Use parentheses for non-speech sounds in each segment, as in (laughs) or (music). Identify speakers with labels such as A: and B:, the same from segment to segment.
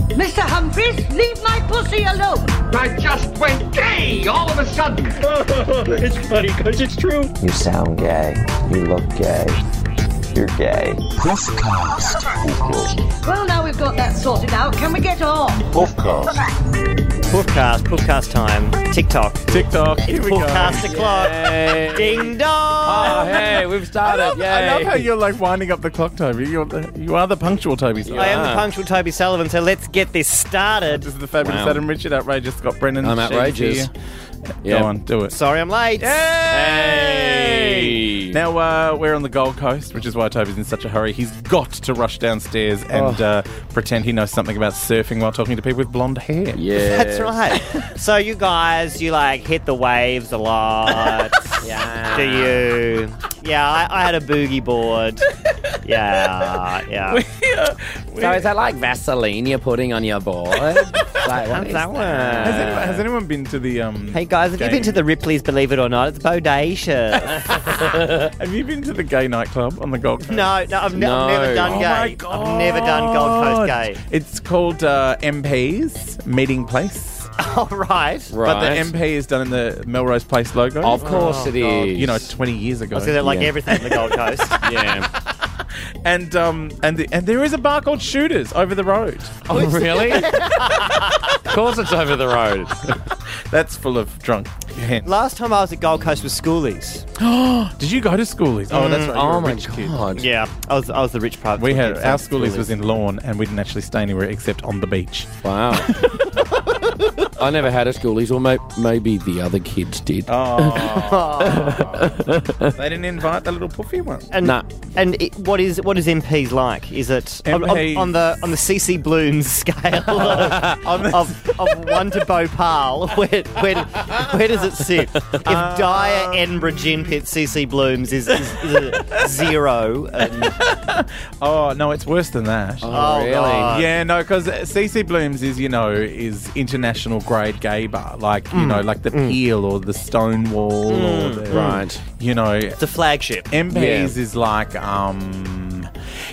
A: Mr. Humphries, leave my pussy alone.
B: I just went gay all of a sudden.
C: it's funny because it's true.
D: You sound gay. You look gay. You're gay. Puffcast.
A: Well, now we've got that sorted out, can we get on?
D: Puffcast.
E: Puffcast, Puffcast time. TikTok.
F: TikTok. Here
E: we Puffcast go. o'clock. Yay. Ding dong.
F: Oh, hey, we've started.
E: I love-
F: Yay.
E: I love
F: how you're like winding up the clock, Toby. You're the, you are the punctual Toby.
E: I am the punctual Toby Sullivan, so let's get this started.
F: This is the fabulous
G: Wow.
F: Adam Richard, outrageous Scott Brennan.
G: I'm
F: She's
G: outrageous.
F: here.
G: Yeah.
F: Go on, do it.
E: Sorry I'm late.
F: Hey!
G: Hey.
F: Now uh, we're on the Gold Coast, which is why Toby's in such a hurry. He's got to rush downstairs
E: Oh.
F: and uh, pretend he knows something about surfing while talking to people with blonde hair.
G: Yeah. (laughs)
E: That's right. so you guys, you like hit the waves a lot.
G: Yeah.
E: Do you? Yeah, I, I had a boogie board. Yeah, yeah.
G: So is that like Vaseline you're putting on
F: (laughs)
G: your board? like, what
E: How's
G: is
E: that one?
F: Has, anyone, has anyone been to the um?
E: Hey guys, have you been to the Ripley's? Believe it or not, it's bodacious.
F: Have you been to the gay nightclub on the Gold Coast?
E: no, no, I've, ne-
G: No.
E: I've never done
G: Oh
E: gay.
F: my
E: I've never done Gold Coast gay. (laughs)
F: It's called uh, MP's Meeting Place.
E: All right.
G: Right.
F: But the MP is done in the Melrose Place logo.
G: Of course it is.
F: You know, 20 years ago.
E: I see that like
G: Yeah.
E: everything on the Gold Coast.
G: yeah.
F: And um and the, and there is a bar called Shooters over the road.
G: Oh, (laughs) really? of course it's over the road. (laughs)
F: That's full of drunk. hen.
E: Last time I was at Gold Coast was schoolies.
F: (gasps) Did you go to schoolies? Oh, that's right. you were
G: Oh,
F: a
G: my
F: rich kid.
G: God.
E: Yeah, I was Mm, I was the rich private.
F: We
E: school
F: had
E: kid, so
F: our schoolies
E: schoolies.
F: was in lawn and we didn't actually stay anywhere except on the beach.
E: (laughs)
G: Wow. I never had a schoolies, or may- maybe the other kids did.
F: Oh. (laughs) they didn't invite the little puffy one.
E: And
G: Nah.
E: and it, what is what is MPs like? Is it on, on-
F: MPs.
E: on the on the CC Bloom scale of, of, of one to Bhopal? (laughs) Where, where where does it sit? If Dyer Edinburgh Gin Pit CC Blooms is, is, is a zero, uh, and,
F: Oh, no, it's worse than that.
E: oh
G: really?
E: God.
F: Yeah, no, because CC Blooms is you know is international grade gay bar, like you
E: Mm.
F: know, like the Peel or the Stonewall or the,
G: Right.
F: You know,
E: it's a flagship.
F: MPs
G: Yeah.
F: is like um,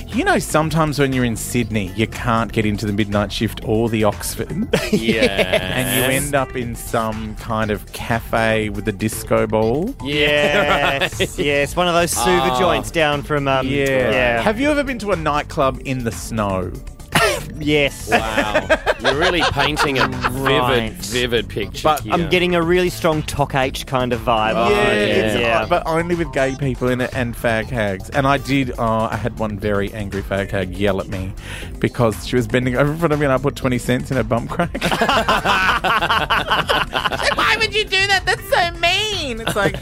F: you know, sometimes when you're in Sydney, you can't get into the midnight shift or the Oxford, (laughs)
G: Yeah.
F: and you end up in some kind of cafe with a disco ball.
E: Yes, yes, one of those suva
G: Ah.
E: joints down from um, yeah,
F: Have you ever been to a nightclub in the snow?
E: yes.
G: Wow. You're really painting a vivid,
E: Right.
G: vivid picture.
F: But
G: here.
E: I'm getting a really strong Tok H kind of vibe.
G: Oh,
F: yeah,
G: yeah.
F: it's- but only with gay people in it and fag hags. And I did. Oh, I had one very angry fag hag yell at me because she was bending over in front of me, and I put twenty cents in her bum (laughs) crack. Why would you do that? That's so mean. It's like.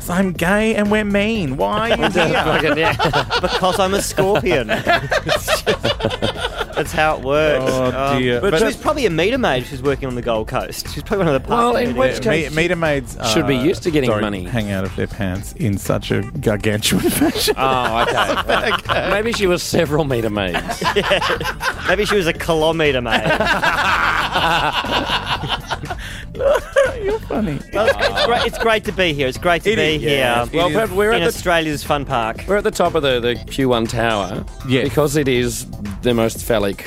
F: "So I'm gay and we're mean. (laughs) Why are you here?
G: Fucking- yeah.
E: because I'm a scorpion. It's just- That's how it works.
F: Oh, dear.
E: But,
F: But-
E: she was probably a meter maid. She's working on the Gold Coast. She's probably one of the
F: oh,
G: Well,
E: party
G: in
E: meter maids.
G: which case-
F: Me- Meter maids uh,
G: Should be used to getting
F: don't
G: money.
F: Hang out of their pants in such a gargantuan (laughs) fashion. (laughs)
G: Oh, okay. Right. (laughs) Maybe she was several meter maids.
E: Maybe she was a kilometer maid.
F: You're funny.
E: Well, it's, it's great, it's great to be here. It's great to
F: It
E: be
F: is, yeah.
E: here
G: Well,
F: is-
G: but we're
E: in
G: at the
E: Australia's fun park.
G: we're at the top of the the Q1 tower.
F: Yes.
G: Because it is the most phallic.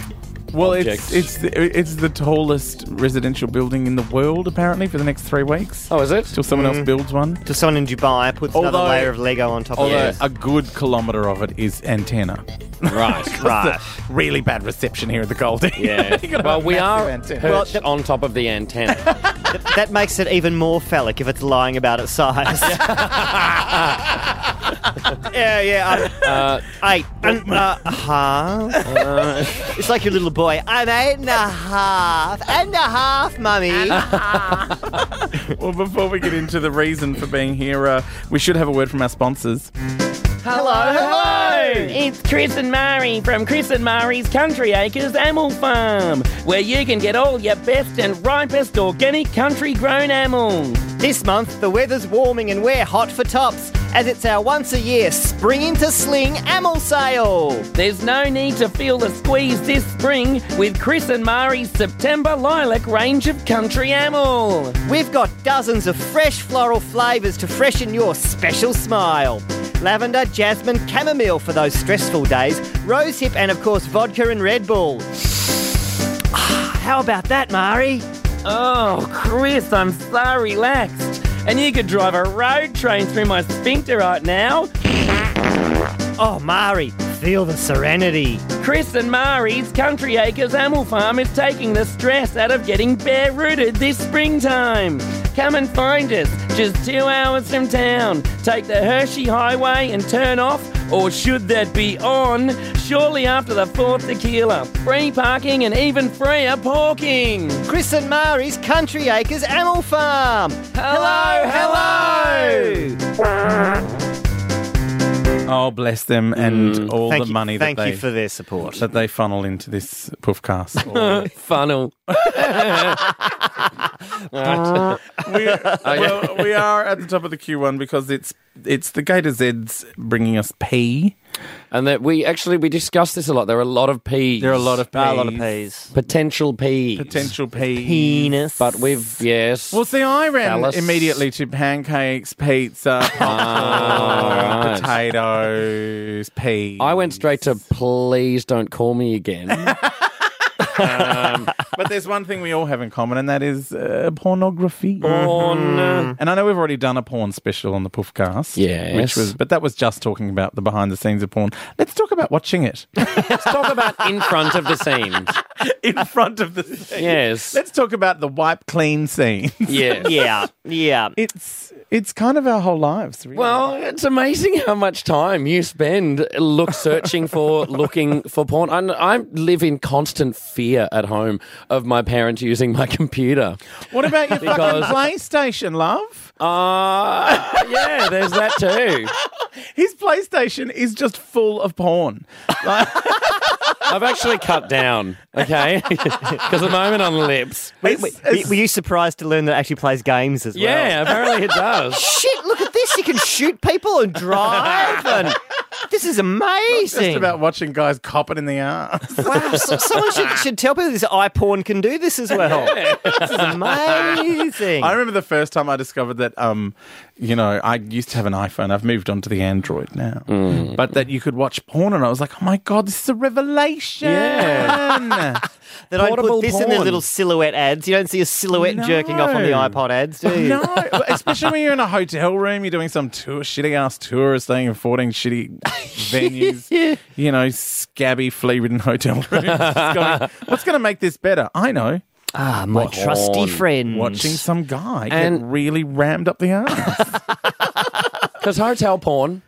F: Well,
G: objects.
F: it's it's the, it's the tallest residential building in the world apparently for the next three weeks.
G: Oh, is it?
F: Till someone else builds one.
E: To someone in Dubai puts another
F: Although-
E: layer of Lego on top
F: Although
E: of it.
F: uh, a good kilometre of it is antenna.
G: (laughs) Right.
E: Right.
F: Really bad reception here at the Goldie. (laughs) You
G: Yeah.
F: gotta
G: well,
F: have
G: we
F: massive
G: are
F: antenna.
E: Well,
G: perched on top of the antenna.
E: Th- that makes it even more phallic if it's lying about its size. yeah, yeah. I'm-
G: uh,
E: Eight and a half. it's like your little boy. I'm eight and a half. And a half, mummy.
F: Well, before we get into the reason for being here, uh, we should have a word from our sponsors.
E: hello, hello.
H: It's Chris and Mari from Chris and Mari's Country Acres Animal Farm, where you can get all your best and ripest organic country grown animals.
E: This month, the weather's warming and we're hot for tops as it's our once a year spring into sling amel sale.
H: There's no need to feel the squeeze this spring with Chris and Mari's September Lilac range of country animal.
E: We've got dozens of fresh floral flavours to freshen your special smile. Lavender, jasmine, chamomile for those stressful days, rosehip, and of course, vodka and Red Bull.
C: How about that, Mari?
H: Oh, Chris, I'm so relaxed. And you could drive a road train through my sphincter right now.
C: Oh, Mari, feel the serenity.
H: Chris and Mari's Country Acres Animal Farm is taking the stress out of getting bare rooted this springtime. Come and find us just two hours from town. Take the Hershey Highway and turn off, or should that be on, shortly after the fourth tequila. Free parking and even freer parking.
E: Chris and Mari's Country Acres Animal Farm.
H: Hello, hello.
F: Oh, bless them and all
E: Thank
F: the
E: you-
F: money
E: Thank
F: that they
E: you for their support.
F: that they funnel into this (laughs) poofcast. Or-
G: Funnel.
F: we, well, we are at the top of the Q1 because it's it's the Gator Z's bringing us P.
G: And that we actually we discussed this a lot. There are a lot of peas.
F: There are a lot of P's.
E: A lot of peas.
G: potential peas.
F: Potential P.
E: Penis.
G: But we've yes.
F: Well, see, I ran
G: Phallus.
F: immediately to pancakes,
G: (laughs)
F: pizza, popcorn, potatoes, peas.
G: Ah, I went straight to please don't call
F: (laughs)
G: me again.
F: But there's one thing we all have in common, and that is uh, pornography. Mm-hmm.
G: on
F: And I know we've already done a porn special on the Poofcast.
G: Yes.
F: Which was, but that was just talking about the behind the scenes of porn. Let's talk about watching
G: (laughs)
F: it
G: let's talk about in front of the (laughs) scenes.
F: in front of the scene.
G: Yes.
F: Let's talk about the wipe clean scene. (laughs)
G: Yes.
E: yeah, yeah.
F: It's it's kind of our whole lives. Really.
G: Well, it's amazing how much time you spend look searching (laughs) for looking for porn. And I live in constant fear at home of my parents using my computer.
F: what about your fucking
G: (laughs) Because-
F: PlayStation, love?
G: Uh, (laughs) yeah, there's that too.
F: His PlayStation is just full of porn. Like,
G: I've actually cut down, okay? (laughs) Because at the moment on lips.
F: it's-
E: Were,
F: it's-
E: were you surprised to learn that it actually plays games as well?
G: Yeah, apparently it does. (laughs)
E: Shit, look at this. You can shoot people and drive. and This is amazing.
F: just about watching guys cop it in the ass.
E: Wow, so-
F: (laughs)
E: someone should, should tell me this iPorn can do this as well. This is amazing.
F: I remember the first time I discovered that, um, you know, I used to have an iPhone. I've moved on to the Android now, but that you could watch porn, and I was like, oh my god, this is a revelation.
G: Yeah.
E: that I put
G: portable
E: this in the
G: porn.
E: little silhouette ads. You don't see a silhouette
F: No.
E: jerking off on the iPod ads, do you?
F: (laughs) No, especially when you're in a hotel room, you're doing some tour, shitty ass tour, staying in 14 shitty venues, you know, scabby, flea ridden hotel rooms. It's going, What's going to make this better? I know.
E: Ah, my trusty friend.
F: Watching some guy get
G: And-
F: really rammed up the (laughs) ass.
G: Because hotel porn.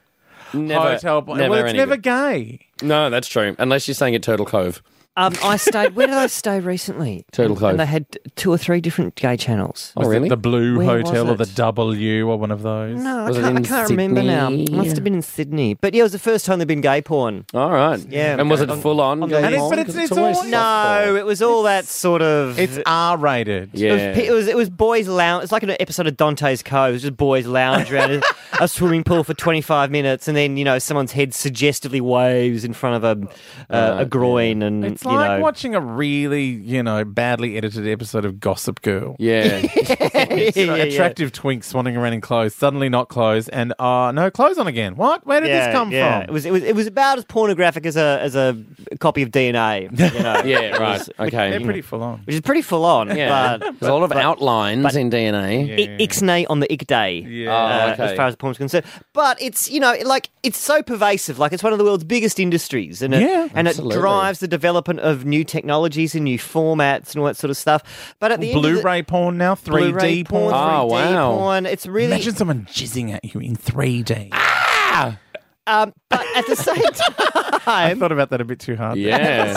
G: Never,
F: hotel boy.
G: Never
F: well, it's
G: any
F: never
G: good.
F: gay.
G: No, that's true. Unless you're saying at Turtle Cove.
E: Um, I stayed. Where did I stay recently?
G: Turtle Cove.
E: And they had two or three different gay channels.
G: Oh, really?
F: The Blue
E: Where
F: Hotel or
E: was
F: the
E: it?
F: W or one of those.
E: No, I
G: Was it
E: can't, I
G: in
E: can't remember now.
G: Sydney?
E: Must have been in Sydney. But yeah, it was the first time there'd been gay porn.
G: All right.
E: Yeah.
G: And was it full on?
E: on the
G: going
E: list.
G: on?
F: But it's-
G: 'Cause
F: it's
G: always
F: all-
G: soft
E: No,
G: porn.
E: it was all that sort of.
F: It's R rated.
G: Yeah.
E: It was, pe- it was it was boys lounge. It's like an episode of Dante's Cove. It was just boys lounge around a, a swimming pool for twenty five minutes, and then you know someone's head suggestively waves in front of a uh, a groin, and
F: It's
E: you
F: like
E: know (laughs)
F: watching a really, you know, badly edited episode of Gossip Girl. you
E: (laughs)
G: yeah.
F: know,
E: Yeah, yeah.
F: attractive twinks swanning around in clothes, suddenly not clothes, and uh, no clothes on again. What? Where did
E: Yeah,
F: this come
E: yeah.
F: from?
E: It was it was it was about as pornographic as a as a copy of DNA, you
G: (laughs)
E: know,
G: yeah, right.
F: They're
G: Okay.
F: pretty full on.
E: which is pretty full on.
G: yeah.
E: but
G: There's a lot of outlines in DNA.
E: I- Ixnay on the ick day,
G: Oh,
E: uh,
G: okay.
E: as far as porn's concerned. But it's you know like it's so pervasive, like it's one of the world's biggest industries, and it,
F: Yeah,
E: and
G: absolutely.
E: it drives the development of new technologies and new formats and all that sort of stuff. But at the end of the,
F: Blu-ray porn now, 3D
E: Blu-ray
F: porn.
E: porn, Ah. 3D
G: Oh, wow.
E: porn, it's really
F: Imagine someone jizzing at you in 3D.
E: Ah. um, but at the
G: (laughs)
E: same
F: I
E: time,
F: thought about that a bit too hard.
E: (laughs)
G: Yeah.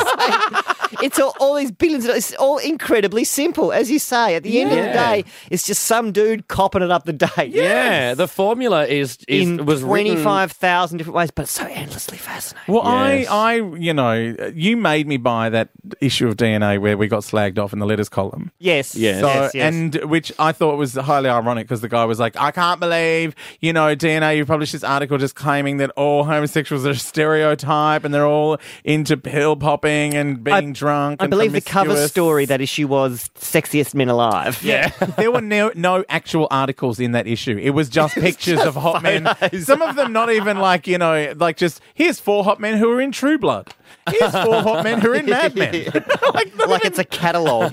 E: it's all, all these billions. Of, it's all incredibly simple, as you say. At the end of the
G: Yeah.
E: day, it's just some dude copping it up the day.
G: Yeah. The formula is, is
E: In
G: was written-
E: 25,000 different ways, but it's so endlessly fascinating.
F: Well,
G: Yes.
F: I, I, you know, you made me buy that issue of DNA where we got slagged off in the letters column.
E: Yes.
G: Yes.
F: So,
E: yes, yes.
F: and which I thought was highly ironic because the guy was like, I can't believe, you know, DNA, you published this article just claiming that all homosexuals are a stereotype and they're all into pill popping and being drunk.
E: I
F: and
E: believe the cover
F: promiscuous.
E: story that issue was Sexiest Men Alive.
F: (laughs) Yeah, there were no, no actual articles in that issue. (laughs) It was just pictures of hot men. Some of them not even like you know, like just here's four hot men who are in True Blood. Here's four hot men who are in Mad (laughs) Men. like, not
E: (laughs) Like
F: even-
E: it's
F: (laughs)
E: a catalogue.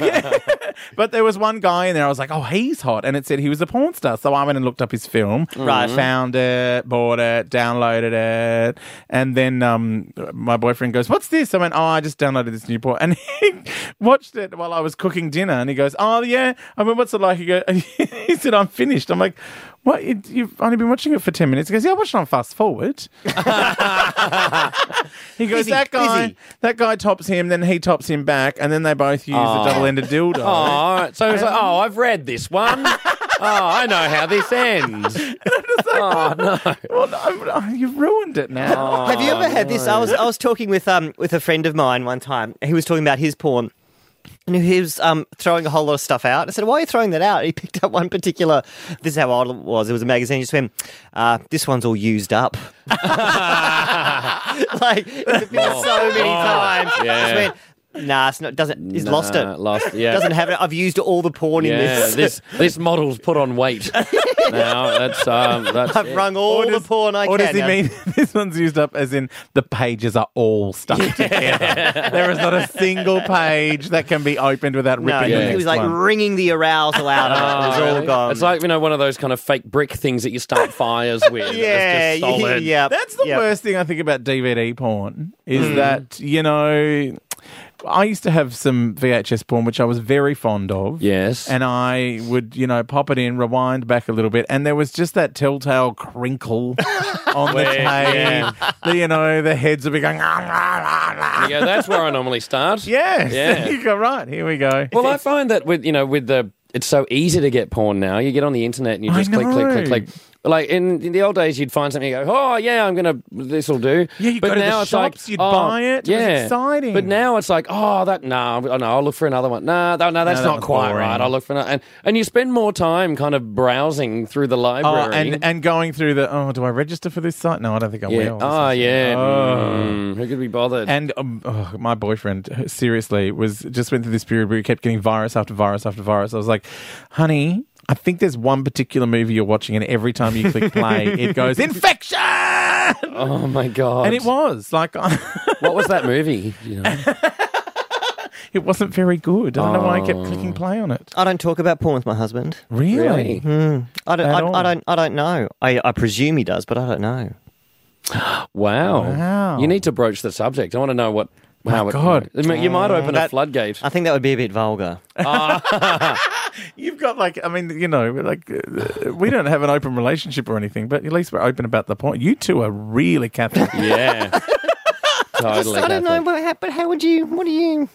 F: but there was one guy in there. I was like, oh, he's hot, and it said he was a porn star. So I went and looked up his film.
E: Right.
F: found it, bought it, downloaded it, and then um, my boyfriend goes, "What's this?" I went, "Oh, I just downloaded this new porn," (laughs) and he watched it while I was cooking dinner, and he goes, "Oh yeah." I went, "What's it like?" He goes, (laughs) "He said I'm finished." I'm like. What you- you've only been watching it for ten minutes? He goes, "Yeah, I watched it on fast forward." (laughs) he goes,
E: Busy,
F: "That guy,
E: busy.
F: that guy tops him, then he tops him back, and then they both use a double-ended dildo."
E: (laughs)
G: Oh, so it's like, oh, I've read this one. oh, I know how this ends. oh, no.
F: Well, no, no, you've ruined it now.
E: Have you ever had this? I was I was talking with um with a friend of mine one time. He was talking about his porn. And he was um, throwing a whole lot of stuff out. I said, "Why are you throwing that out?" He (laughs) picked up one particular. This is how old it was. It was a magazine. He just went, uh, "This one's all
F: (laughs)
E: used up." (laughs) like it's been
F: Oh,
E: so many times. Just
G: yeah.
E: went, "Nah, it's not. Doesn't. (laughs) He's lost it.
G: Nah, Lost, yeah.
E: Doesn't have it. I've used all the porn in
G: yeah,
E: this.
G: this this model's put on weight. now that's um,
E: (laughs)
G: that's
E: I've
G: it.
E: rung all
F: Or does-
E: the porn I
F: or
E: can."
F: does he
E: now."
F: mean (laughs) this one's used up as in the pages are all stuck together? there is not a single page that can be opened without
E: No,
F: ripping
E: he-
F: the
E: he
F: next
E: was like
F: one.
E: wringing the (laughs) arousal out of it. It was all
G: Ah, Really?
E: gone.
G: It's like you know one of those kind of fake brick things that you
F: (laughs)
G: start fires with. It's
E: yeah,
G: just solid.
E: yeah.
F: That's the
E: yep. Hmm.
F: worst thing I think about DVD porn is that, you know, I used to have some VHS porn, which I was very fond of.
G: Yes.
F: And I would, you know, pop it in, rewind back a little bit, and there was just that telltale
E: (laughs)
F: crinkle on the tape.
G: yeah.
F: The, you know, the heads would be going, "Ah, ah, ah, ah."
G: You go, that's where I normally start.
F: Yes.
G: Yeah.
F: (laughs) You go, right. Here we go.
G: Well, I find that with you know with the it's so easy to get porn now. You get on the internet and you
F: I
G: just click, click, click,
F: know.
G: click. Like in, in the old days, you'd find something, you go, oh yeah, I'm gonna this will do.
F: Yeah, you
G: but
F: go to the
G: now it's
F: shops,
G: like,
F: you'd
G: oh,
F: buy it. It was
G: Yeah,
F: exciting.
G: But now it's like, oh that nah, oh, no, I'll look for another one. Nah, that, no, that's
F: that
G: not
F: one's
G: quite
F: boring.
G: right. I'll look for another, and and you spend more time kind of browsing through the
F: Oh,
G: library.
F: and, and going through the, oh, do I register for this site? No, I don't think I
G: yeah,
F: will. This
G: oh
F: is-
G: yeah,
F: Oh.
G: Mm, who could be bothered?
F: And um, oh, my boyfriend, seriously, was just went through this period where he kept getting virus after virus after virus. I was like, honey, I think there's one particular movie you're watching, and every time you click
G: (laughs)
F: play, it goes infection, and
G: oh my god!
F: it was like (laughs)
G: what was that movie? You know?
F: it wasn't very good. I don't know why I kept clicking play on it.
E: I don't talk about porn with my husband.
F: Really?
G: Oh. Really?
E: I don't.
F: At
E: I,
F: all.
E: I don't. I don't know. I, I presume he does, but I don't know.
G: Wow.
F: Wow.
G: You need to broach the subject. I want to know what. How it,
F: God.
G: I mean, you might open a
E: That-
G: floodgate.
E: I think that would be a bit vulgar.
F: You've got like, I mean, you know, like uh, we don't have an open relationship or anything, but at least we're open about the point. You two are really Catholic.
G: (laughs) yeah. totally.
E: I don't know,
G: Catholic.
E: but how, but how would you? What do you?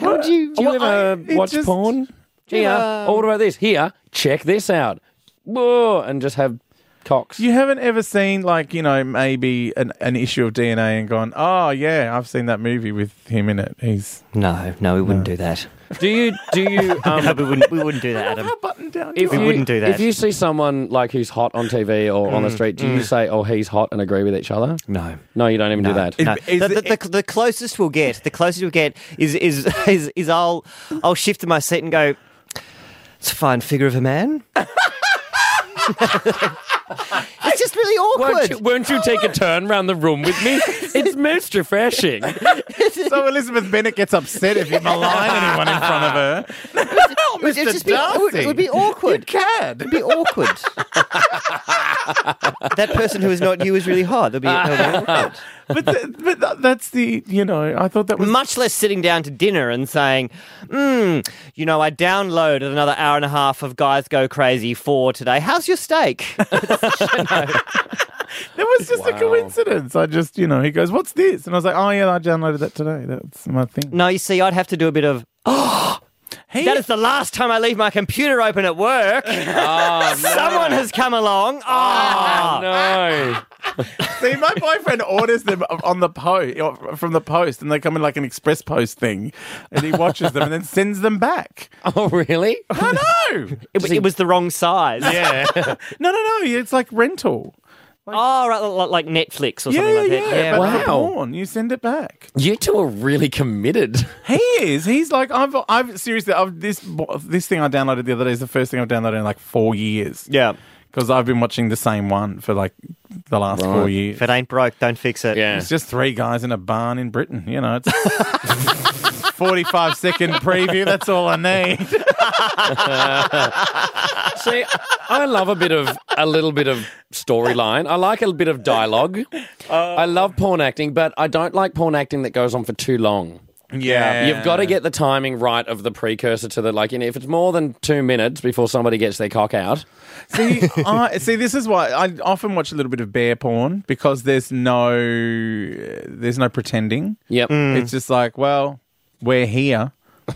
E: How would you?
G: Do you ever
F: I- it
G: watch
F: just-
G: porn? Here. Oh, what about this? Here, check this out. Whoa, and just have cocks.
F: You haven't ever seen like you know maybe an, an issue of DNA and gone, oh yeah, I've seen that movie with him in it. He's
E: No, no, we wouldn't do that.
G: do you? Do you? Um,
E: No, (laughs) we wouldn't. We wouldn't do that, Adam.
F: button down.
G: if
E: We
G: you-
E: wouldn't do that.
G: If you see someone like who's hot on TV or on the street, do you say, "Oh, he's hot," and agree with each other?
E: No.
G: No, you don't even do that.
E: No,
F: Is
E: the, the,
F: it-
E: the, the closest we'll get, the closest we'll get is is (laughs) is, is I'll I'll shift in my seat and go. It's a fine figure of a man. (laughs) it's just really
G: Won't
E: awkward.
G: you, won't you take a turn round the room with (laughs) me? it's most refreshing.
F: so Elizabeth Bennett gets upset if you malign anyone in front of her.
E: it, would, it'd just be, it, would, it would be awkward.
F: Cad.
E: It'd be awkward. that person who is not you is really hard. It'll be, it'll be awkward.
F: But, th- but th- that's the you know I thought that was
E: Much less sitting down to dinner and saying, mm, you know, I downloaded another hour and a half of Guys Go Crazy 4 today. How's your steak?
F: that was just a
G: Wow.
F: coincidence. I just you know he goes, what's this? And I was like, oh yeah, I downloaded that today. That's my thing.
E: no, you see, I'd have to do a bit of, (gasps)
F: He,
E: that is the last time I leave my computer open at work. (laughs) Someone has come along. Oh,
G: no.
F: See, my boyfriend orders them on the po from the post, and they come in like an express post thing, and he watches them and then sends them back.
G: Oh, really?
F: I know.
E: (laughs) It, it was the wrong size.
F: Yeah. no, no, no. It's like rental.
C: oh, right, like like Netflix or something like that.
F: but
G: Wow.
F: for porn, you send it back.
G: You two are really committed.
F: He is. He's like I've. I've seriously. I've this bo- this thing I downloaded the other day is the first thing I've downloaded in like four years.
E: Yeah.
F: because I've been watching the same one for like the last four years.
E: If it ain't broke, don't fix it.
G: Yeah.
F: It's just three guys in a barn in Britain. You know, it's (laughs) forty-five second preview. That's all I need.
G: See, I love a bit of a little bit of storyline. I like a bit of dialogue. I love porn acting, but I don't like porn acting that goes on for too long. Uh,
F: Yeah,
G: You've got to get the timing right of the precursor to the like. You know, if it's more than two minutes before somebody gets their cock out,
F: See, I, see, this is why I often watch a little bit of bear porn because there's no, there's no pretending.
G: yep,
F: It's just like, well, we're here,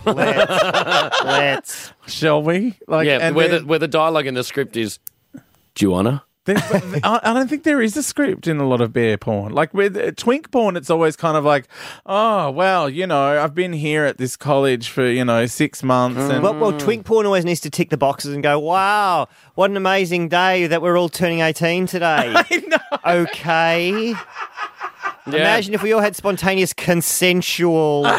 E: Let's, (laughs) (laughs) let's.
F: shall we? Like,
G: yeah.
F: and
G: Where
F: there-
G: the, where the dialogue in the script is, do you wanna?
F: There's- I I don't think there is a script in a lot of bear porn. Like with uh, twink porn, it's always kind of like, oh, well, you know, I've been here at this college for, you know, six months. And
E: Well, well, twink porn always needs to tick the boxes and go, wow, what an amazing day that we're all turning 18 today. Okay. Imagine if we all had spontaneous consensual orgy.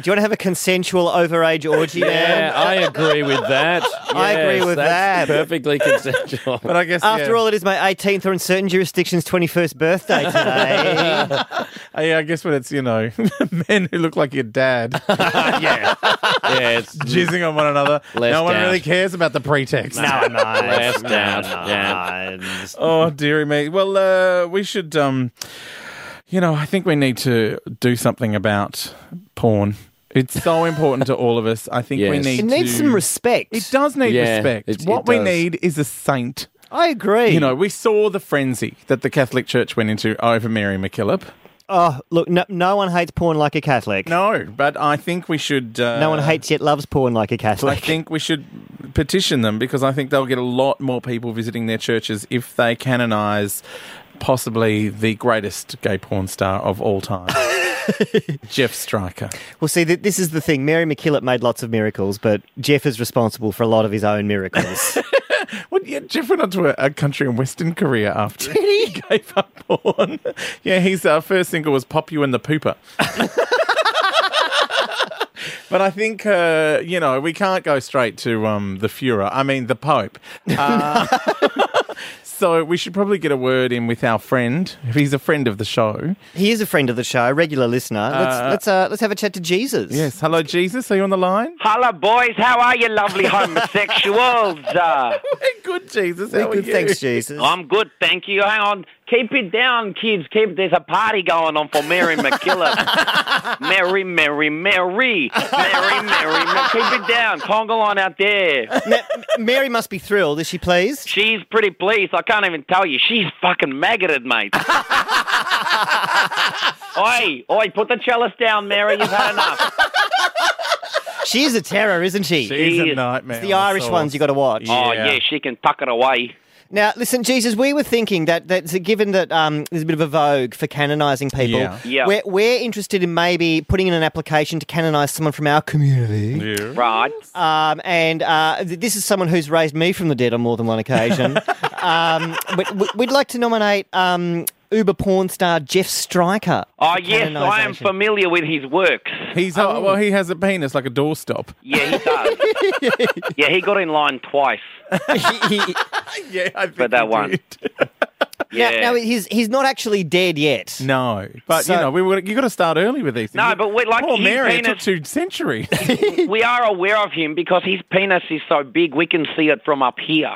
E: Do you want to have a consensual overage orgy,
G: Yeah, (laughs)
E: man?
G: I agree with that.
E: I agree
G: Yes,
E: with
G: that's
E: that.
G: Perfectly (laughs) consensual.
F: but I guess,
E: After
F: yeah,
E: all, it is my 18th or in certain jurisdictions 21st birthday today.
F: I, Uh, yeah, I guess when it's, you know, (laughs) men who look like your dad
G: yeah, yeah, it's
F: jizzing on one another,
G: Less
F: no one
G: doubt.
F: really cares about the pretext.
E: no, I'm not.
G: Left
E: No,
G: out,
E: I'm
G: yeah.
E: not.
F: Oh, dearie me. Well, uh, we should, um, you know, I think we need to do something about porn. It's so important to all of us. I think we
G: Yes.
F: need
E: It needs
F: to-
E: some respect.
F: It does need
G: Yeah,
F: respect.
G: it-
F: what
G: it
F: we
G: does.
F: need is a saint.
E: I agree.
F: You know, we saw the frenzy that the Catholic Church went into over Mary MacKillop.
E: oh, look, no, no one hates porn like a Catholic.
F: No, but I think we should. Uh,
E: No one hates yet loves porn like a
F: I
E: Catholic.
F: think we should petition them because I think they'll get a lot more people visiting their churches if they canonize possibly the greatest gay porn star of all time, Jeff Stryker.
E: (laughs) Well, see, th- this is the thing. Mary MacKillop made lots of miracles, but Jeff is responsible for a lot of his own miracles.
F: Well, yeah, Jeff went on to a, a country and western career after (laughs) he? gave up porn. (laughs) yeah, his uh, first single was "Pop You in the Pooper." (laughs) but I think uh, you know we can't go straight to um, the Führer. I mean, the Pope. Uh, (laughs) so we should probably get a word in with our friend. If he's a friend of the show,
E: he is a friend of the show, a regular listener. Let's let's uh, let's have a chat to Jesus.
F: yes. Hello, Jesus. Are you on the line?
I: Hello, boys. How are you, lovely homosexuals? Uh,
F: (laughs) Good, Jesus. How
E: Very
F: are
E: good.
F: you?
E: Thanks, Jesus.
I: I'm good, thank you. Hang on. Keep it down, kids. Keep There's a party going on for Mary McKillop. Mary, Mary, Mary. Mary, Mary, Mary. Keep it down. Conga line out there.
E: Ma- Mary must be thrilled. Is she pleased?
I: She's pretty pleased. I can't even tell you. She's fucking maggoted, mate. oi, oi, put the chalice down, Mary. You've had enough.
E: She is a terror, isn't she?
F: He's a
I: Yes.
F: nightmare.
E: the Irish ones you got to watch.
I: Oh,
F: Yeah.
I: yeah, she can tuck it away.
E: Now, listen, Jesus, we were thinking that that's a given that um, there's a bit of a vogue for canonising people.
F: Yeah.
I: Yeah.
E: We're, we're interested in maybe putting in an application to canonise someone from our community.
F: You.
I: Right.
E: Um, and uh, th- this is someone who's raised me from the dead on more than one occasion. um, but we- we'd like to nominate um, Uber porn star Jeff Stryker.
I: Oh,
E: for
I: yes, I am
E: canonisation.
I: familiar with his works.
F: (laughs) He's
E: Um,
F: oh, well. He has a penis like a doorstop.
I: Yeah, he does. yeah, he got in line twice.
E: (laughs) He- he-
F: Yeah, I think
I: But that
F: he
I: one.
F: did.
I: Yeah.
E: Now, he's, he's not actually dead yet.
F: No, but you
E: So-
F: know, we were, you got to start early with these things.
I: No, but we- like,
F: poor
I: his
F: Mary it took
I: penis-
F: two centuries.
I: (laughs) we are aware of him because his penis is so big we can see it from up here.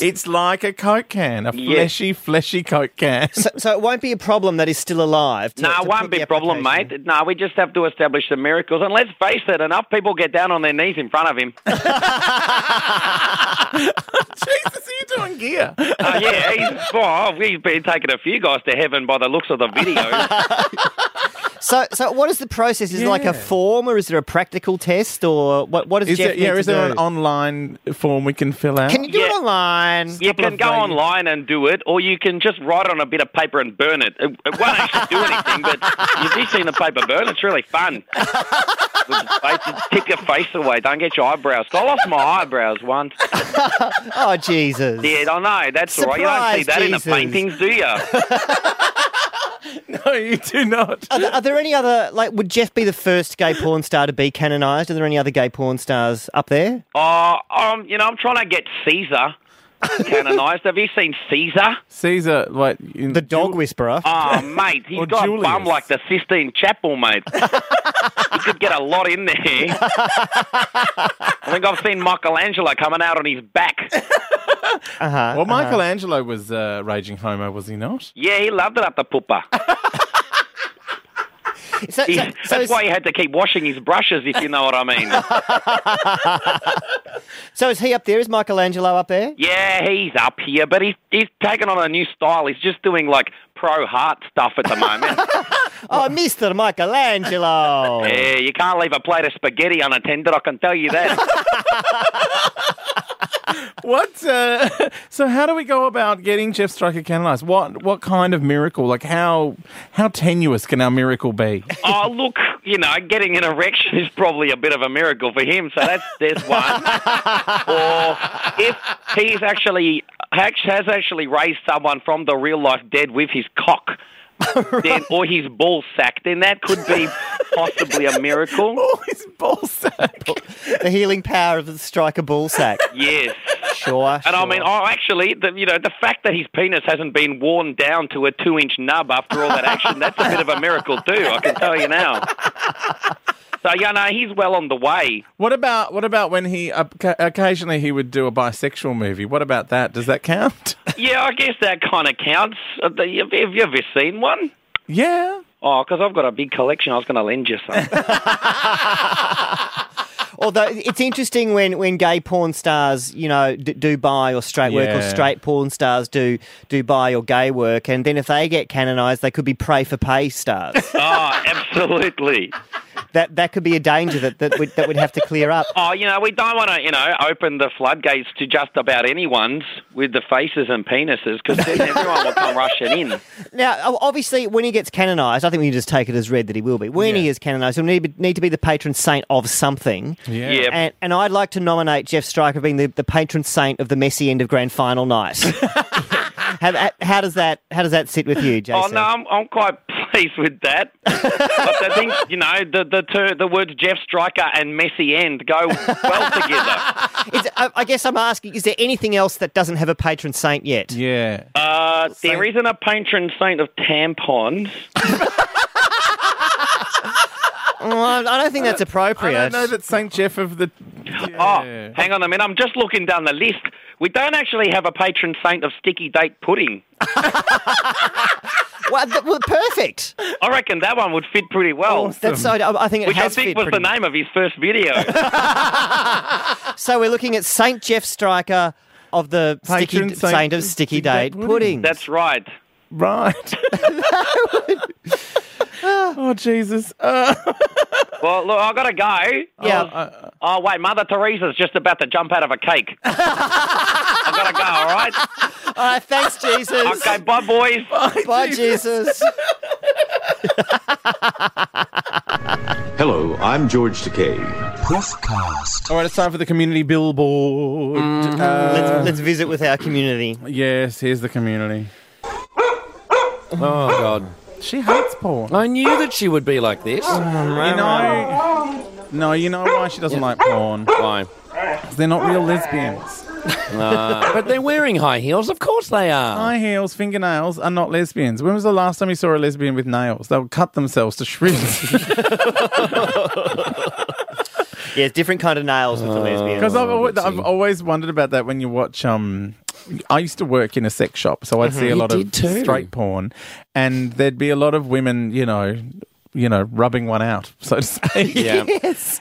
F: it's like a coke can, a
I: Yeah.
F: fleshy, fleshy coke (laughs) can.
E: So, so it won't be a problem that he's still alive. to-
I: no,
E: to
I: it
E: put
I: won't be
E: the
I: a problem,
E: application
I: mate. No, we just have to establish the miracles. And let's face it, enough people get down on their knees in front of him. Oh,
F: Jesus, are you doing gear?
I: Uh, yeah, he's, oh, he's been taking a few guys to heaven by the looks of the video.
E: in. So, so what is the process? Is it like
F: Yeah.
E: a form, or is there a practical test, or what? What does
F: Is
E: Jeff
F: there,
E: need
F: yeah,
E: to
F: is there
E: do?
F: an online form we can fill out?
E: Can you do it
I: Yeah.
E: online?
I: you can go online and do it, or you can just write on a bit of paper and burn it. It, it won't actually do anything, but you've just seen the paper burn. It's really fun. Face- Tip your face away. Don't get your eyebrows. I lost my eyebrows once.
E: (laughs) Oh, Jesus.
I: Yeah, I know. That's all right. You don't see
E: Surprise,
I: that in
E: Jesus.
I: the paintings, do you?
F: (laughs) No, you do Uh, not.
E: Are, there- are there any other, like, would Jeff be the first gay porn star to be canonized? Are there any other gay porn stars up there?
I: Oh, um, you know, I'm trying to get Caesar canonized. Have you seen Caesar?
F: Caesar, like in,
E: The dog whisperer.
I: Oh, mate, he's
F: Or
I: got
F: Julius.
I: a bum like the Sistine Chapel, mate. you could get a lot in there. I think I've seen Michelangelo coming out on his back.
F: Well, Michelangelo was uh, raging homo, was he not?
I: Yeah, he loved it up the pooper.
E: (laughs) So-
I: He-
E: so- so-
I: that's why he had to keep washing his brushes, if you know what
E: (laughs)
I: I mean.
E: so is he up there? Is Michelangelo up there?
I: yeah, he's up here, but he's, he's taken on a new style. He's just doing like pro heart stuff at
E: (laughs)
I: the moment.
E: Oh, Mr. Michelangelo.
I: (laughs) yeah, you can't leave a plate of spaghetti unattended, I can tell you that.
F: What? Uh, (laughs) so, how do we go about getting Jeff Striker canonized? What What kind of miracle? Like how how tenuous can our miracle be?
I: Oh, look, you know, getting an erection is probably a bit of a miracle for him, so that's there's one. or if he's actually act- has actually raised someone from the real life dead with his cock. Then, or his ball sack, then that could be possibly a miracle.
F: All his ball sack.
E: the healing power of the striker ball sack.
I: Yes,
E: Sure.
I: (laughs) and I
E: sure.
I: mean, oh, actually, the, you know, the fact that his penis hasn't been worn down to a two-inch nub after all that action—that's a bit of a miracle too. I can tell you now. So, yeah, no, he's well on the way.
F: What about What about when he oc- occasionally he would do a bisexual movie? What about that? Does that count?
I: Yeah, I guess that kind of counts. Uh, the- Have you have you ever seen one?
F: yeah.
I: Oh, 'cause I've got a big collection. I was going to lend you some.
E: Although it's interesting when, when gay porn stars, you know, d- do buy or straight work, or
F: Yeah.
E: straight porn stars do do buy or gay work, and then if they get canonised, they could be prey for pay
I: (laughs)
E: stars.
I: oh, absolutely.
E: that that could be a danger that that would, that would have to clear
I: (laughs)
E: up.
I: Oh, you know, we don't want to, you know, open the floodgates to just about anyone's with the faces and penises 'cause then everyone will come rushing in.
E: Now, o- obviously, when he gets canonised, I think we can just take it as read that he will be. When he
F: Yeah.
E: is canonised, he'll need, need to be the patron saint of something.
F: Yeah.
I: Yeah.
E: And, and I'd like to nominate Jeff Stryker being the, the patron saint of the messy end of grand final night. how, how does that how does that sit with you, Jason?
I: Oh no, I'm, I'm quite (laughs) pleased with that. but I think you know the the ter- the words Jeff Striker and messy end go well together.
E: Is- I, I guess I'm asking: Is there anything else that doesn't have a patron saint yet?
F: Yeah.
I: Uh, there isn't a patron saint of tampons.
E: Well, Oh, I I don't think that's
F: I
E: appropriate.
F: don't know that Saint Jeff of the.
I: Oh, hang on a minute. I'm just looking down the list. We don't actually have a patron saint of sticky date pudding.
E: well, th- well, perfect.
I: I reckon that one would fit pretty well.
E: That's so. I I think Oh, it
I: which I
E: has
I: think
E: fit
I: was
E: pretty-
I: the name of his first video.
E: (laughs) So we're looking at Saint Jeff Stryker of the
F: Patron
E: sticky,
F: saint
E: saint of
F: of
E: sticky
F: Sticky Date
E: date pudding.
I: That's right.
F: (laughs) Right. (laughs) oh Jesus. Uh,
I: Well, look, i got to go.
E: yeah.
I: Oh, wait, Mother Teresa's just about to jump out of
E: (laughs)
I: a cake. i got to go, all right?
E: All right. Thanks, Jesus.
I: Okay, bye, boys.
E: Bye, Jesus.
J: Hello, I'm George Takei.
D: Proofcast.
F: all right, it's time for the community billboard.
E: let's, let's visit with our community.
F: Yes, here's the community.
G: (laughs) Oh, God.
F: She hates porn.
G: (laughs) I knew that she would be like this.
F: You know, no, you know why she doesn't like porn?
G: Fine.
F: 'Cause they're not real lesbians.
G: Uh, but they're wearing high heels. Of course they are.
F: High heels, fingernails are not lesbians. When was the last time you saw a lesbian with nails? They would cut themselves to (laughs)
G: (laughs)
F: shreds.
E: Yeah, it's different kind of nails with the lesbian.
F: Because I've, always, I've always wondered about that when you watch. Um, I used to work in a sex shop, so I'd see a
G: Mm-hmm. You
F: lot of
G: did too.
F: straight porn, and there'd be a lot of women, you know, you know, rubbing one out, so to (laughs) speak.
G: Yeah. (laughs)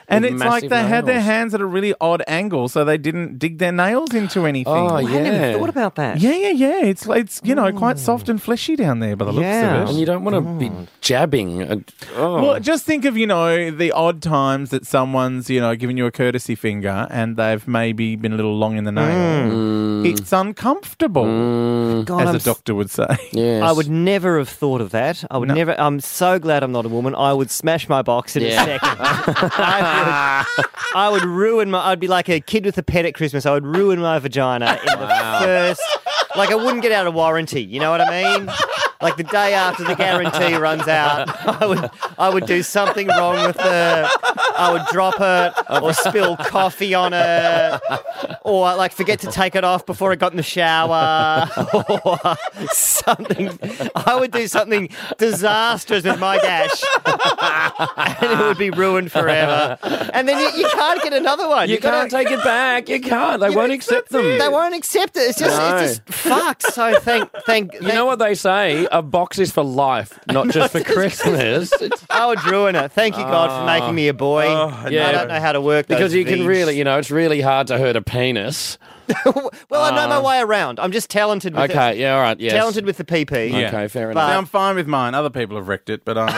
F: And
G: With
F: it's like
G: massive
F: they had their
G: nails.
F: hands at a really odd angle, so they didn't dig their nails into anything.
G: Oh, yeah.
E: about that.
F: Yeah, yeah, yeah. It's it's you know quite soft and fleshy down there by the looks
E: Yeah.
F: of
G: And
F: it.
G: you don't want to be jabbing. And, oh.
F: Well, just think of you know the odd times that someone's you know giving you a courtesy finger and they've maybe been a little long in the nail. It's uncomfortable,
E: God,
F: Mm. as
E: I'm
F: a doctor would say.
G: Yes.
E: I would never have thought of that. I would never. I'm so glad I'm not a woman, I would smash my box in
G: Yeah.
E: a second. (laughs) I, would, I would ruin my. I'd be like a kid with a pet at Christmas. I would ruin my vagina in the first. Like I wouldn't get out of warranty. You know what I mean? Like the day after the guarantee runs out, (laughs) I would I would do something wrong with her. I would drop (laughs) it or spill coffee on her, or like forget to take it off before I got in the
G: (laughs)
E: shower, (laughs) or something. I would do something disastrous with my gash, (laughs) and it would be ruined forever. And then you, you can't get another one.
G: You,
E: You've gotta-
G: can't take it back. You can't. They won't accept them.
E: They won't accept it. It's just, it's just fucked. So thank, thank.
G: You know what they say? A box is for (laughs) life, not just for Christmas. (laughs) It's-
E: I would ruin it. Thank you, God, for making me a boy.
G: Oh, yeah.
E: I don't know how to work those
G: because you can
E: Vs.
G: really, you know, it's really hard to hurt a (laughs) penis.
E: well, I know my way around. I'm just talented. With
G: Ah. Okay, yeah, all right, yes.
E: It. Talented with the PP.
F: Yeah.
G: Okay, fair
E: But-
G: enough.
F: Now, (laughs) I'm fine with mine. Other people have wrecked it, but I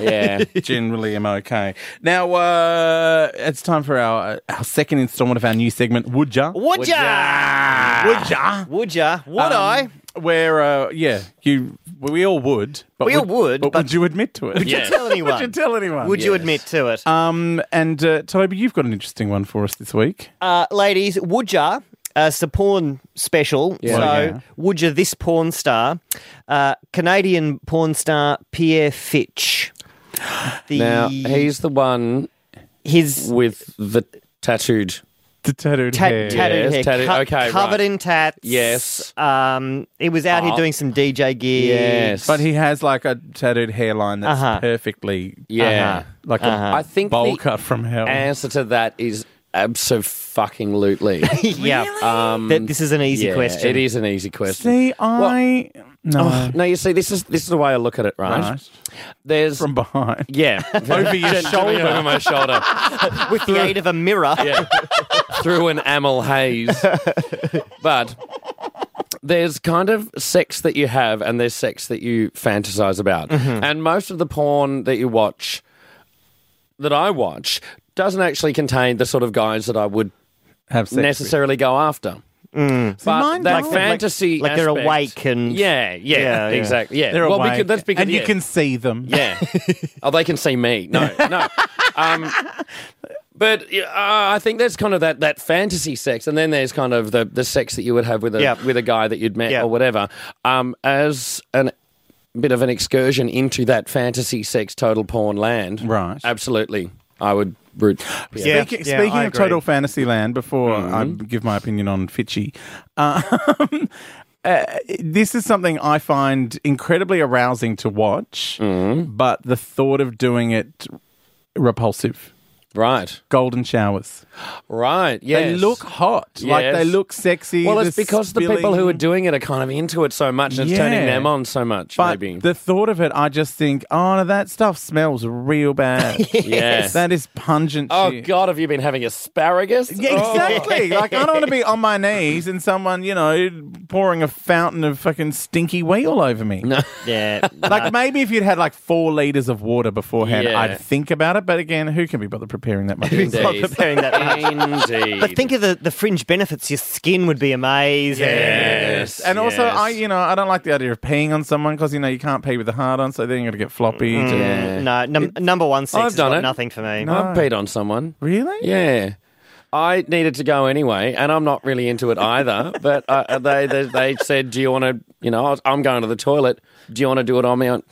F: (laughs)
G: Yeah.
F: generally am okay. Now, uh, it's time for our, uh, our second installment of our new segment, Would Ya?
E: Would ya?
F: Would Ya?
E: Would ya?
G: Um,
E: Would I?
F: Ah. Where, uh, yeah, you, we all would. But
E: We all would,
F: But,
E: but-
F: would you admit to it? Would
G: Yeah.
E: Tell
F: (laughs)
E: anyone.
F: Would you tell anyone?
G: um,
E: Would you admit to it?
F: Um, and uh, Toby, you've got an interesting one for us this week.
E: Uh, ladies, would ya? Uh, it's a porn special. So,
F: Well, yeah.
E: would ya this porn star, uh, Canadian porn star Pierre Fitch? (gasps) The,
G: (laughs) Now, he's the one
E: his
G: with the tattooed.
F: The tattooed
E: ta-
F: hair.
E: tattooed
G: Yes,
E: hair,
G: tattooed-
E: co-
G: okay,
E: covered
G: right.
E: in tats.
G: Yes.
E: um, he was out
G: Ah.
E: here doing some DJ gigs.
G: Yes.
F: But he has like a tattooed hairline that's
E: Uh-huh.
F: perfectly uh-huh,
G: Yeah.
F: like a
G: I think
F: bowl
G: the
F: cut from hell.
G: answer to that is absolutely.
E: yeah. Um, Th- this is an easy
G: yeah,
E: question.
G: It is an easy question.
F: See, I no
G: No, you see, this is this is the way I look at it, right? (laughs)
F: Right.
G: There's
F: from behind.
G: yeah, over your shoulder, over my shoulder,
E: With the aid of a mirror.
G: yeah, through an
E: (laughs)
G: amyl haze. But there's kind of sex that you have, and there's sex that you fantasize about,
E: Mm-hmm.
G: and most of the porn that you watch, that I watch, doesn't actually contain the sort of guys that I would
F: Have sex
G: necessarily go after. But
F: mine
G: that
F: don't.
G: fantasy,
E: Like they're
G: aspect-
E: awake and
G: Yeah, yeah,
E: Yeah, yeah.
G: exactly. Yeah,
F: With. They're
G: well,
F: awake,
G: because that's because
F: and
G: yeah.
F: you can see them. (laughs)
G: Yeah. oh, they can see me. No, no. Um, but uh, I think there's kind of that, that fantasy sex, and then there's kind of the, the sex that you would have with a
E: Yeah.
G: with a guy that you'd met
E: Yeah.
G: or whatever. Um, as an bit of an excursion into that fantasy sex total porn land,
F: Right.
G: Absolutely, I would root.
E: Yeah.
F: Speaking,
E: Yeah,
F: speaking
E: I
F: of
E: agree.
F: total fantasy land, before
G: Mm-hmm.
F: I give my opinion on Fitchy, um, (laughs) uh, this is something I find incredibly arousing to watch,
G: Mm-hmm.
F: but the thought of doing it repulsive.
G: Right,
F: Golden showers.
G: right. Yes.
F: They look hot. Like
G: Yes.
F: they look sexy.
G: Well,
F: the
G: it's because the people who are
F: spilling-
G: doing it are kind of into it so much, and it's turning
F: Yeah.
G: them on so much.
F: But
G: maybe.
F: the thought of it, I just think, oh, no, that stuff smells real bad.
G: (laughs) Yes.
F: That is pungent
G: oh
F: shit.
G: God, have you been having asparagus?
F: Yeah,
G: Oh.
F: exactly. like, I don't want to be on my knees and someone, you know, pouring a fountain of fucking stinky wee all over
G: (laughs)
F: me. No.
E: (laughs) Yeah.
F: Like, maybe if you'd had like four litres of water beforehand,
G: Yeah.
F: I'd think about it. But again, who can be bothered preparing that much?
E: It's not
G: Indeed.
E: preparing that much.
G: Indeed.
E: But think of the, the fringe benefits. Your skin would be amazing.
G: Yes.
F: And also,
G: yes.
F: I you know I don't like the idea of peeing on someone because you know you can't pee with the hard on, so then you're gonna get floppy.
G: Mm. Yeah.
E: No, num- number one sex
G: Eh. I've
E: has
G: done
E: got
G: it.
E: nothing for me.
G: I've peed on someone.
F: Really?
G: Yeah. I needed to go anyway, and I'm not really into
F: (laughs)
G: it either. but uh, they, they they said, "Do you want to? You know, I was- I'm going to the toilet. Do you want to do it on me?" I went,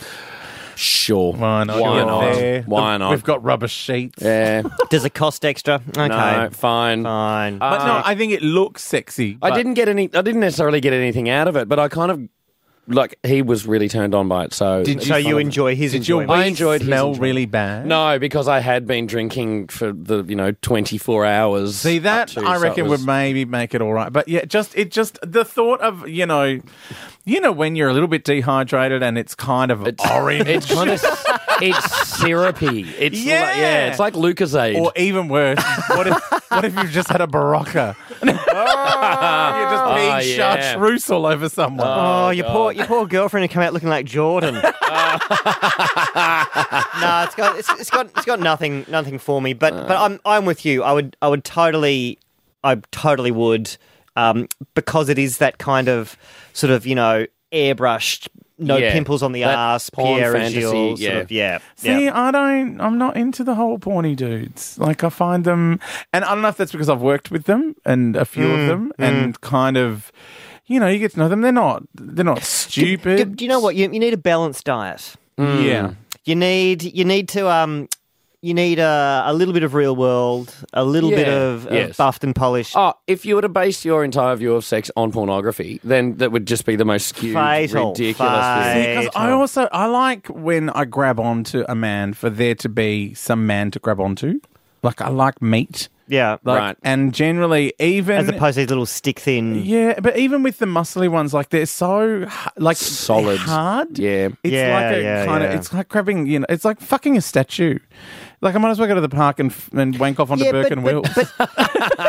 G: Sure.
F: Why not?
G: Why
F: You're there.
G: not? Why
F: The-
G: not?
F: We've got rubber sheets. (laughs)
G: yeah.
E: Does it cost extra? Okay.
G: No. Oh, Fine.
E: Fine.
F: But no, I think it looks sexy.
G: I
F: but-
G: didn't get any. I didn't necessarily get anything out of it, but I kind of like he was really turned on by it. So
E: so you enjoy his
F: Did your
E: enjoyment.
G: I
F: wee
G: enjoyed his
F: smell
G: enjoyment.
F: really bad?
G: No, because I had been drinking for the you know twenty four hours.
F: See
G: up
F: that
G: to,
F: I
G: so it
F: reckon
G: was-
F: would maybe make it all right, but yeah, just it just the thought of you know, you know when you're a little bit dehydrated and it's kind of orange,
G: (laughs) It's kind of it's syrupy. It's yeah,
F: Yeah.
G: like, yeah it's like Lucasade.
F: or even worse, what if what if you've just had a barocca? you're just (laughs) being
G: Oh, yeah.
F: chartreuse all over someone.
E: Oh, your poor your poor girlfriend had come out looking like
G: (laughs)
E: Jordan. no, it's got it's, it's got it's got nothing nothing for me. But but I'm I'm with you. I would I would totally I totally would um, because it is that kind of sort of you know airbrushed no
G: Yeah.
E: pimples on the
G: That
E: ass,
G: porn
E: Pierre
G: fantasy,
E: Gilles, sort
G: yeah.
E: of, yeah,
F: See,
E: yeah.
F: I don't. I'm not into the whole porny dudes. Like I find them, and I don't know if that's because I've worked with them and a few of them, and kind of, you know, you get to know them. They're not. They're not stupid.
E: Do, do you know what? You, you need a balanced diet.
F: Yeah.
E: You need you need to um you need a, a little bit of real world, a little bit
G: Yeah,
E: of, of
G: yes.
E: buffed and polished.
G: Oh, if you were to base your entire view of sex on pornography, then that would just be the most skewed,
E: Fatal,
G: ridiculous thing.
E: fatal.
F: Because I also I like when I grab onto a man for there to be some man to grab onto. Like I like meat.
E: yeah,
F: Like,
G: Right.
F: And generally, even
E: as opposed to these little stick thin.
F: Mm. Yeah, but even with the muscly ones, like they're so h- like
G: Solid.
F: hard.
G: Yeah.
F: it's
E: Yeah,
F: like a
E: yeah,
F: kind of
E: yeah.
F: it's like grabbing you know it's like fucking a statue. Like I might as well go to the park and f- and wank off onto
E: Yeah,
F: Burke
E: but-
F: and
E: but-
F: Will.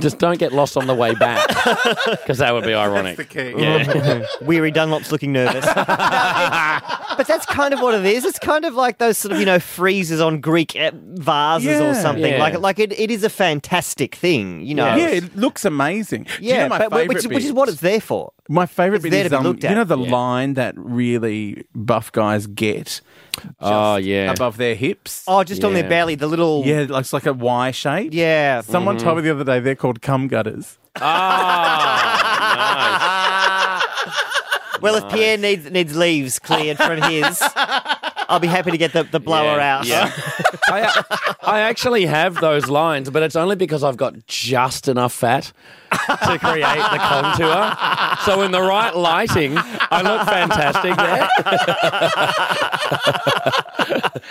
G: Just don't get lost on the
F: (laughs)
G: way back, because that would be ironic.
E: Weary Dunlop's
F: (laughs)
E: looking nervous. No, it's- but that's kind of what it is. It's kind of like those sort of you know freezes on Greek eh, vases
F: Yeah.
E: or something.
G: Yeah.
E: Like like it, it is a fantastic thing, you
F: (laughs)
E: know.
F: yeah, it looks amazing. Do you
E: Yeah,
F: know my
E: but, which,
F: favourite
E: which is
F: bit?
E: what it's there for.
F: My favorite
E: It's
F: bit
E: there
F: is
E: to be
F: um,
E: looked
F: you know
E: at.
F: the
E: Yeah.
F: line that really buff guys get
G: Oh yeah.
F: above their hips.
E: Oh, just on their
G: Yeah.
E: belly, the little
F: Yeah, it looks like a Y shape.
E: yeah.
F: Someone told me the other day they're called cum gutters.
G: Ah,
F: (laughs)
E: Well, if Pierre needs needs leaves
G: (laughs)
E: cleared from his, I'll be happy to get the, the blower
G: Yeah,
E: out.
G: yeah. I, I actually have those lines, but it's only because I've got just enough fat to create the contour. So in the right lighting, I look fantastic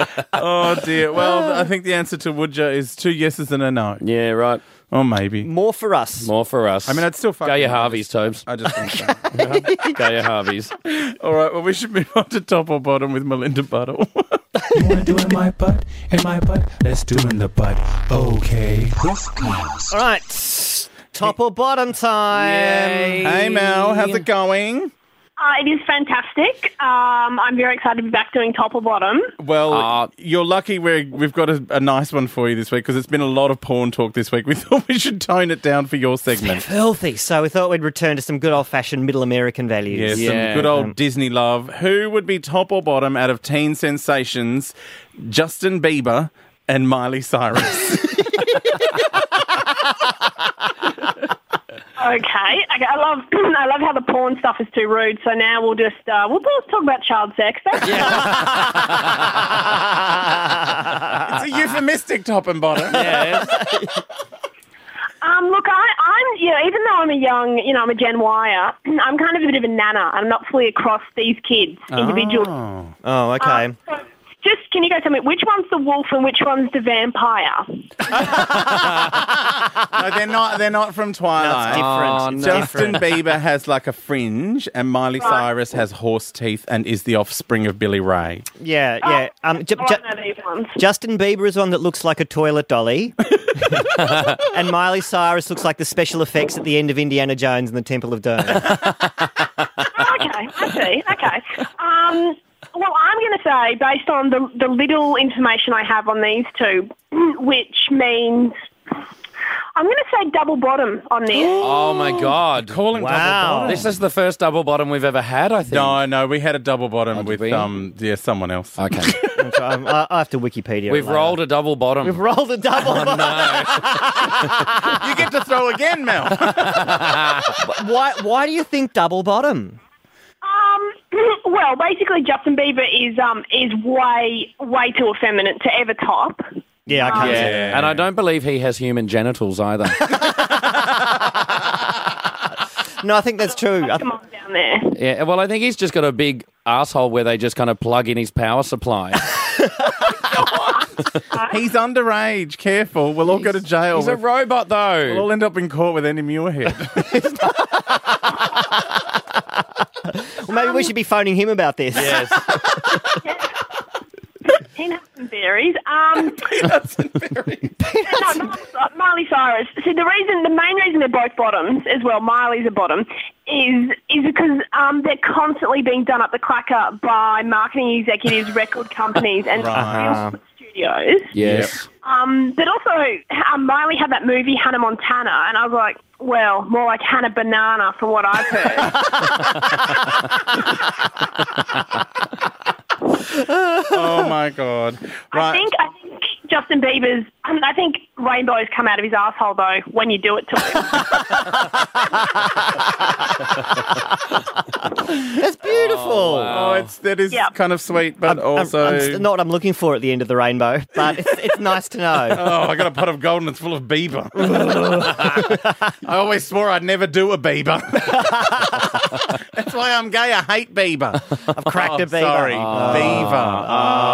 G: there.
F: Oh dear. Well, (laughs) I think the answer to Woodja is two yeses and a no,
G: Yeah, right.
F: or maybe.
E: More for us.
G: More for us.
F: I mean, I'd still fuck
G: go your
F: them.
G: Harveys, Tobes.
F: I just think so.
G: Go your Harveys.
F: (laughs) All right, well, we should move on to top or bottom with Melinda Buttle.
J: You wanna do it in my butt? In my butt? Let's do it in the butt. Okay.
E: All right. Top or bottom time.
F: (laughs) hey, Mel, how's it going?
K: Uh, it is fantastic. Um, I'm very excited to be back doing top or bottom.
F: Well,
G: Uh,
F: you're lucky we're, we've got a, a nice one for you this week because it's been a lot of porn talk this week. We (laughs) thought we should tone it down for your segment.
E: Filthy. So we thought we'd return to some good old fashioned middle American
F: Yeah,
E: values.
G: Yeah.
F: some good old Disney love. Who would be top or bottom out of Teen Sensations? Justin Bieber and Miley
G: (laughs)
F: Cyrus.
K: Okay. okay I love (clears throat) I love how the porn stuff is too rude. So now we'll just uh, we'll just talk about child sex. That's
F: it's a euphemistic top and bottom.
K: (laughs) Um, look, I, I'm, you know, even though I'm a young, you know, I'm a Gen Yer, (clears throat) I'm kind of a bit of a nana. I'm not fully across these kids individually.
E: Oh, okay.
K: So just, can you guys tell me which one's the wolf and which one's the vampire?
F: No, they're not. They're not from
G: Ah,
F: Twilight.
E: That's
G: Oh,
E: different. It's
F: Justin
E: different.
F: Bieber has like a fringe, and Miley Cyrus has horse teeth and is the offspring of Billy Ray.
E: Yeah, yeah. Um, ju-
K: I
E: ju-
K: don't know these ones.
E: Justin Bieber is one that looks like a toilet
G: (laughs)
E: dolly. and Miley Cyrus looks like the special effects at the end of Indiana Jones and the Temple of Doom.
K: Oh, okay, I see. Okay. Um, well, I'm going to say, based on the, the little information I have on these two, (clears throat) which means I'm going to say double bottom on this.
G: Oh my God.
F: Calling
E: Wow.
G: This is the first double bottom we've ever had, I think.
F: No, no, we had a double bottom with
G: Oh, we?
F: um, yeah, someone else.
G: Okay.
E: So I'm- I, I have to Wikipedia. it
G: We've
E: later.
G: rolled Oh, a double bottom.
E: We've rolled a double.
G: (laughs)
F: you get to throw again, Mel.
E: why? Why do you think double bottom?
K: Um, (clears throat) well, basically, Justin Bieber is um is way way too effeminate to ever top.
E: Yeah, I can't.
G: (laughs) yeah.
E: see it.
G: And I don't believe he has human
E: (laughs)
G: genitals either.
E: No, I think that's true. I,
K: Come on down there.
G: yeah. Well, I think he's just got a big asshole where they just kind of plug in his power supply.
F: He's underage. Careful, we'll all go to jail.
G: He's a
F: We'll
G: robot, though.
F: all end up in court with Andy Muirhead.
E: well, maybe we should be phoning him about this.
G: Yes.
K: (laughs) Peanuts and berries. Um, (laughs) no, Miley- Miley Cyrus. See, the reason, the main reason they're both bottoms as well. Miley's a bottom is is because um they're constantly being done up the cracker by marketing executives, record companies, and
F: Right.
K: film Studios.
G: Yes.
K: Um, but also, um, Miley had that movie Hannah Montana, and I was like, well, more like Hannah Banana from what I've heard.
F: oh my god!
K: I think I think Justin Bieber's. I, mean, I think rainbows come out of his asshole though when you do it to him.
E: (laughs) That's beautiful.
F: Oh, it's that is
K: Yeah.
F: kind of sweet, but
E: I'm-
F: also
E: I'm st- not what I'm looking for at the end of the rainbow, but it's, it's nice to know.
F: Oh, I got a pot of gold and it's full of
E: (laughs)
F: Bieber. I always swore I'd never do a
E: (laughs)
F: Bieber. That's why I'm gay. I hate Bieber. I've
E: cracked a Bieber.
F: Sorry,
E: Oh.
F: Bieber.
G: Oh,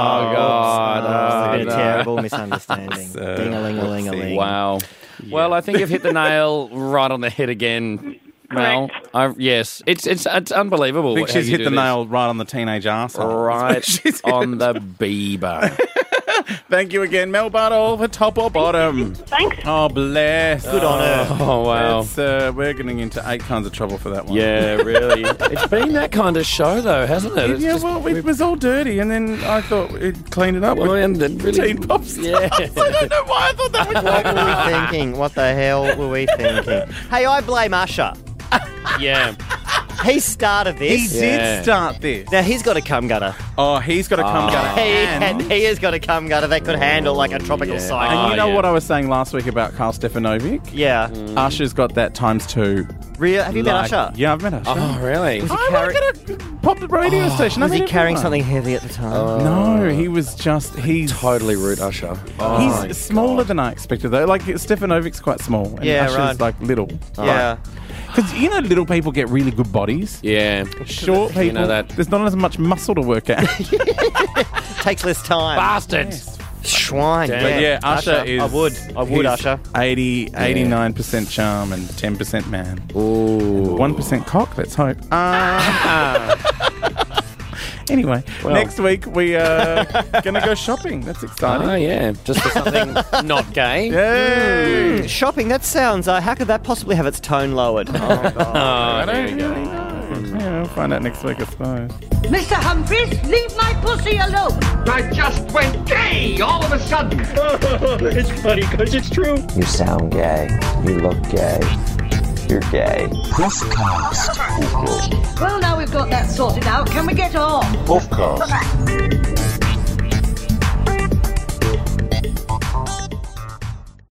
F: Oh,
G: God.
E: it's been a terrible misunderstanding. Ding a ling a ling a ling.
G: Wow. Well, I think you've hit the nail right on the head again, Mel. I, yes, it's it's it's unbelievable.
F: I think
G: how
F: she's hit
G: you do
F: the
G: this.
F: nail right on the teenage arsehole.
G: right on the Bieber.
F: (laughs) Thank you again, Mel Bartle, for top or
E: (laughs)
F: bottom.
K: Thanks.
F: Oh, bless. Good on her.
G: Oh wow.
F: Uh, we're getting into eight kinds of trouble for that one.
G: Yeah, really. it's been that kind of show, though, hasn't it? It's
F: yeah,
G: just-
F: well, it was all dirty, and then I thought it cleaned it up.
G: Well,
F: with
G: and it
F: (laughs)
G: really-
F: teen pop stars.
G: Yeah.
F: I don't know why I thought that was
E: What were we thinking? What the hell were we thinking? Hey, I blame Usher.
G: (laughs) yeah.
E: He started
F: (laughs) He
E: this.
G: Yeah.
F: did start this.
E: Now he's got a cum gutter.
F: Oh, he's got to come
E: He,
F: gutter. And,
E: and he has got a cum gutter that could handle like a tropical cyclone.
F: and
G: Oh,
F: you know
G: yeah.
F: what I was saying last week about Carl Stefanovic?
E: yeah.
F: Usher's got that times two.
E: Real, have you met
F: Like-
E: Usher?
F: Yeah, I've met Usher.
G: Oh, really?
F: I
E: carry-
F: work at a pop radio station. I
E: Was
F: meet
E: he carrying
F: everyone.
E: something Oh, heavy at the
F: Oh.
E: time?
F: No, he was just he's
G: Totally root Usher.
E: Oh,
F: He's smaller than I expected though. Like Stefanovic's quite small, and
E: Yeah,
F: Usher's
E: right.
F: like little.
E: yeah.
F: Because you know, little people get really good bodies.
G: Yeah.
F: Short people,
G: know that.
F: there's not as much muscle to work out.
E: Takes less time.
G: Bastards.
E: Schwein.
G: Damn.
F: But yeah, Usher, is.
E: I would. I would,
F: he's
E: Usher.
F: 80, 89% charm and 10% man.
G: Ooh.
F: 1% cock, let's hope. Ah. (laughs) anyway, next week we are going to go shopping. That's exciting.
G: Oh, yeah. Just for something
F: (laughs)
G: not gay.
F: Yay!
E: Hmm, Shopping, that sounds. Uh, how could that possibly have its tone
F: (laughs)
E: lowered? Oh, God.
G: Oh, there
F: don't
G: you go.
F: really know. Yeah, we'll find out next week, I suppose.
A: Mr. Humphries, leave my pussy alone.
B: I just went gay all of a sudden.
D: You sound gay. You look gay. You're gay.
A: Well, now we've got that sorted out, can we get on?
D: Puffcast.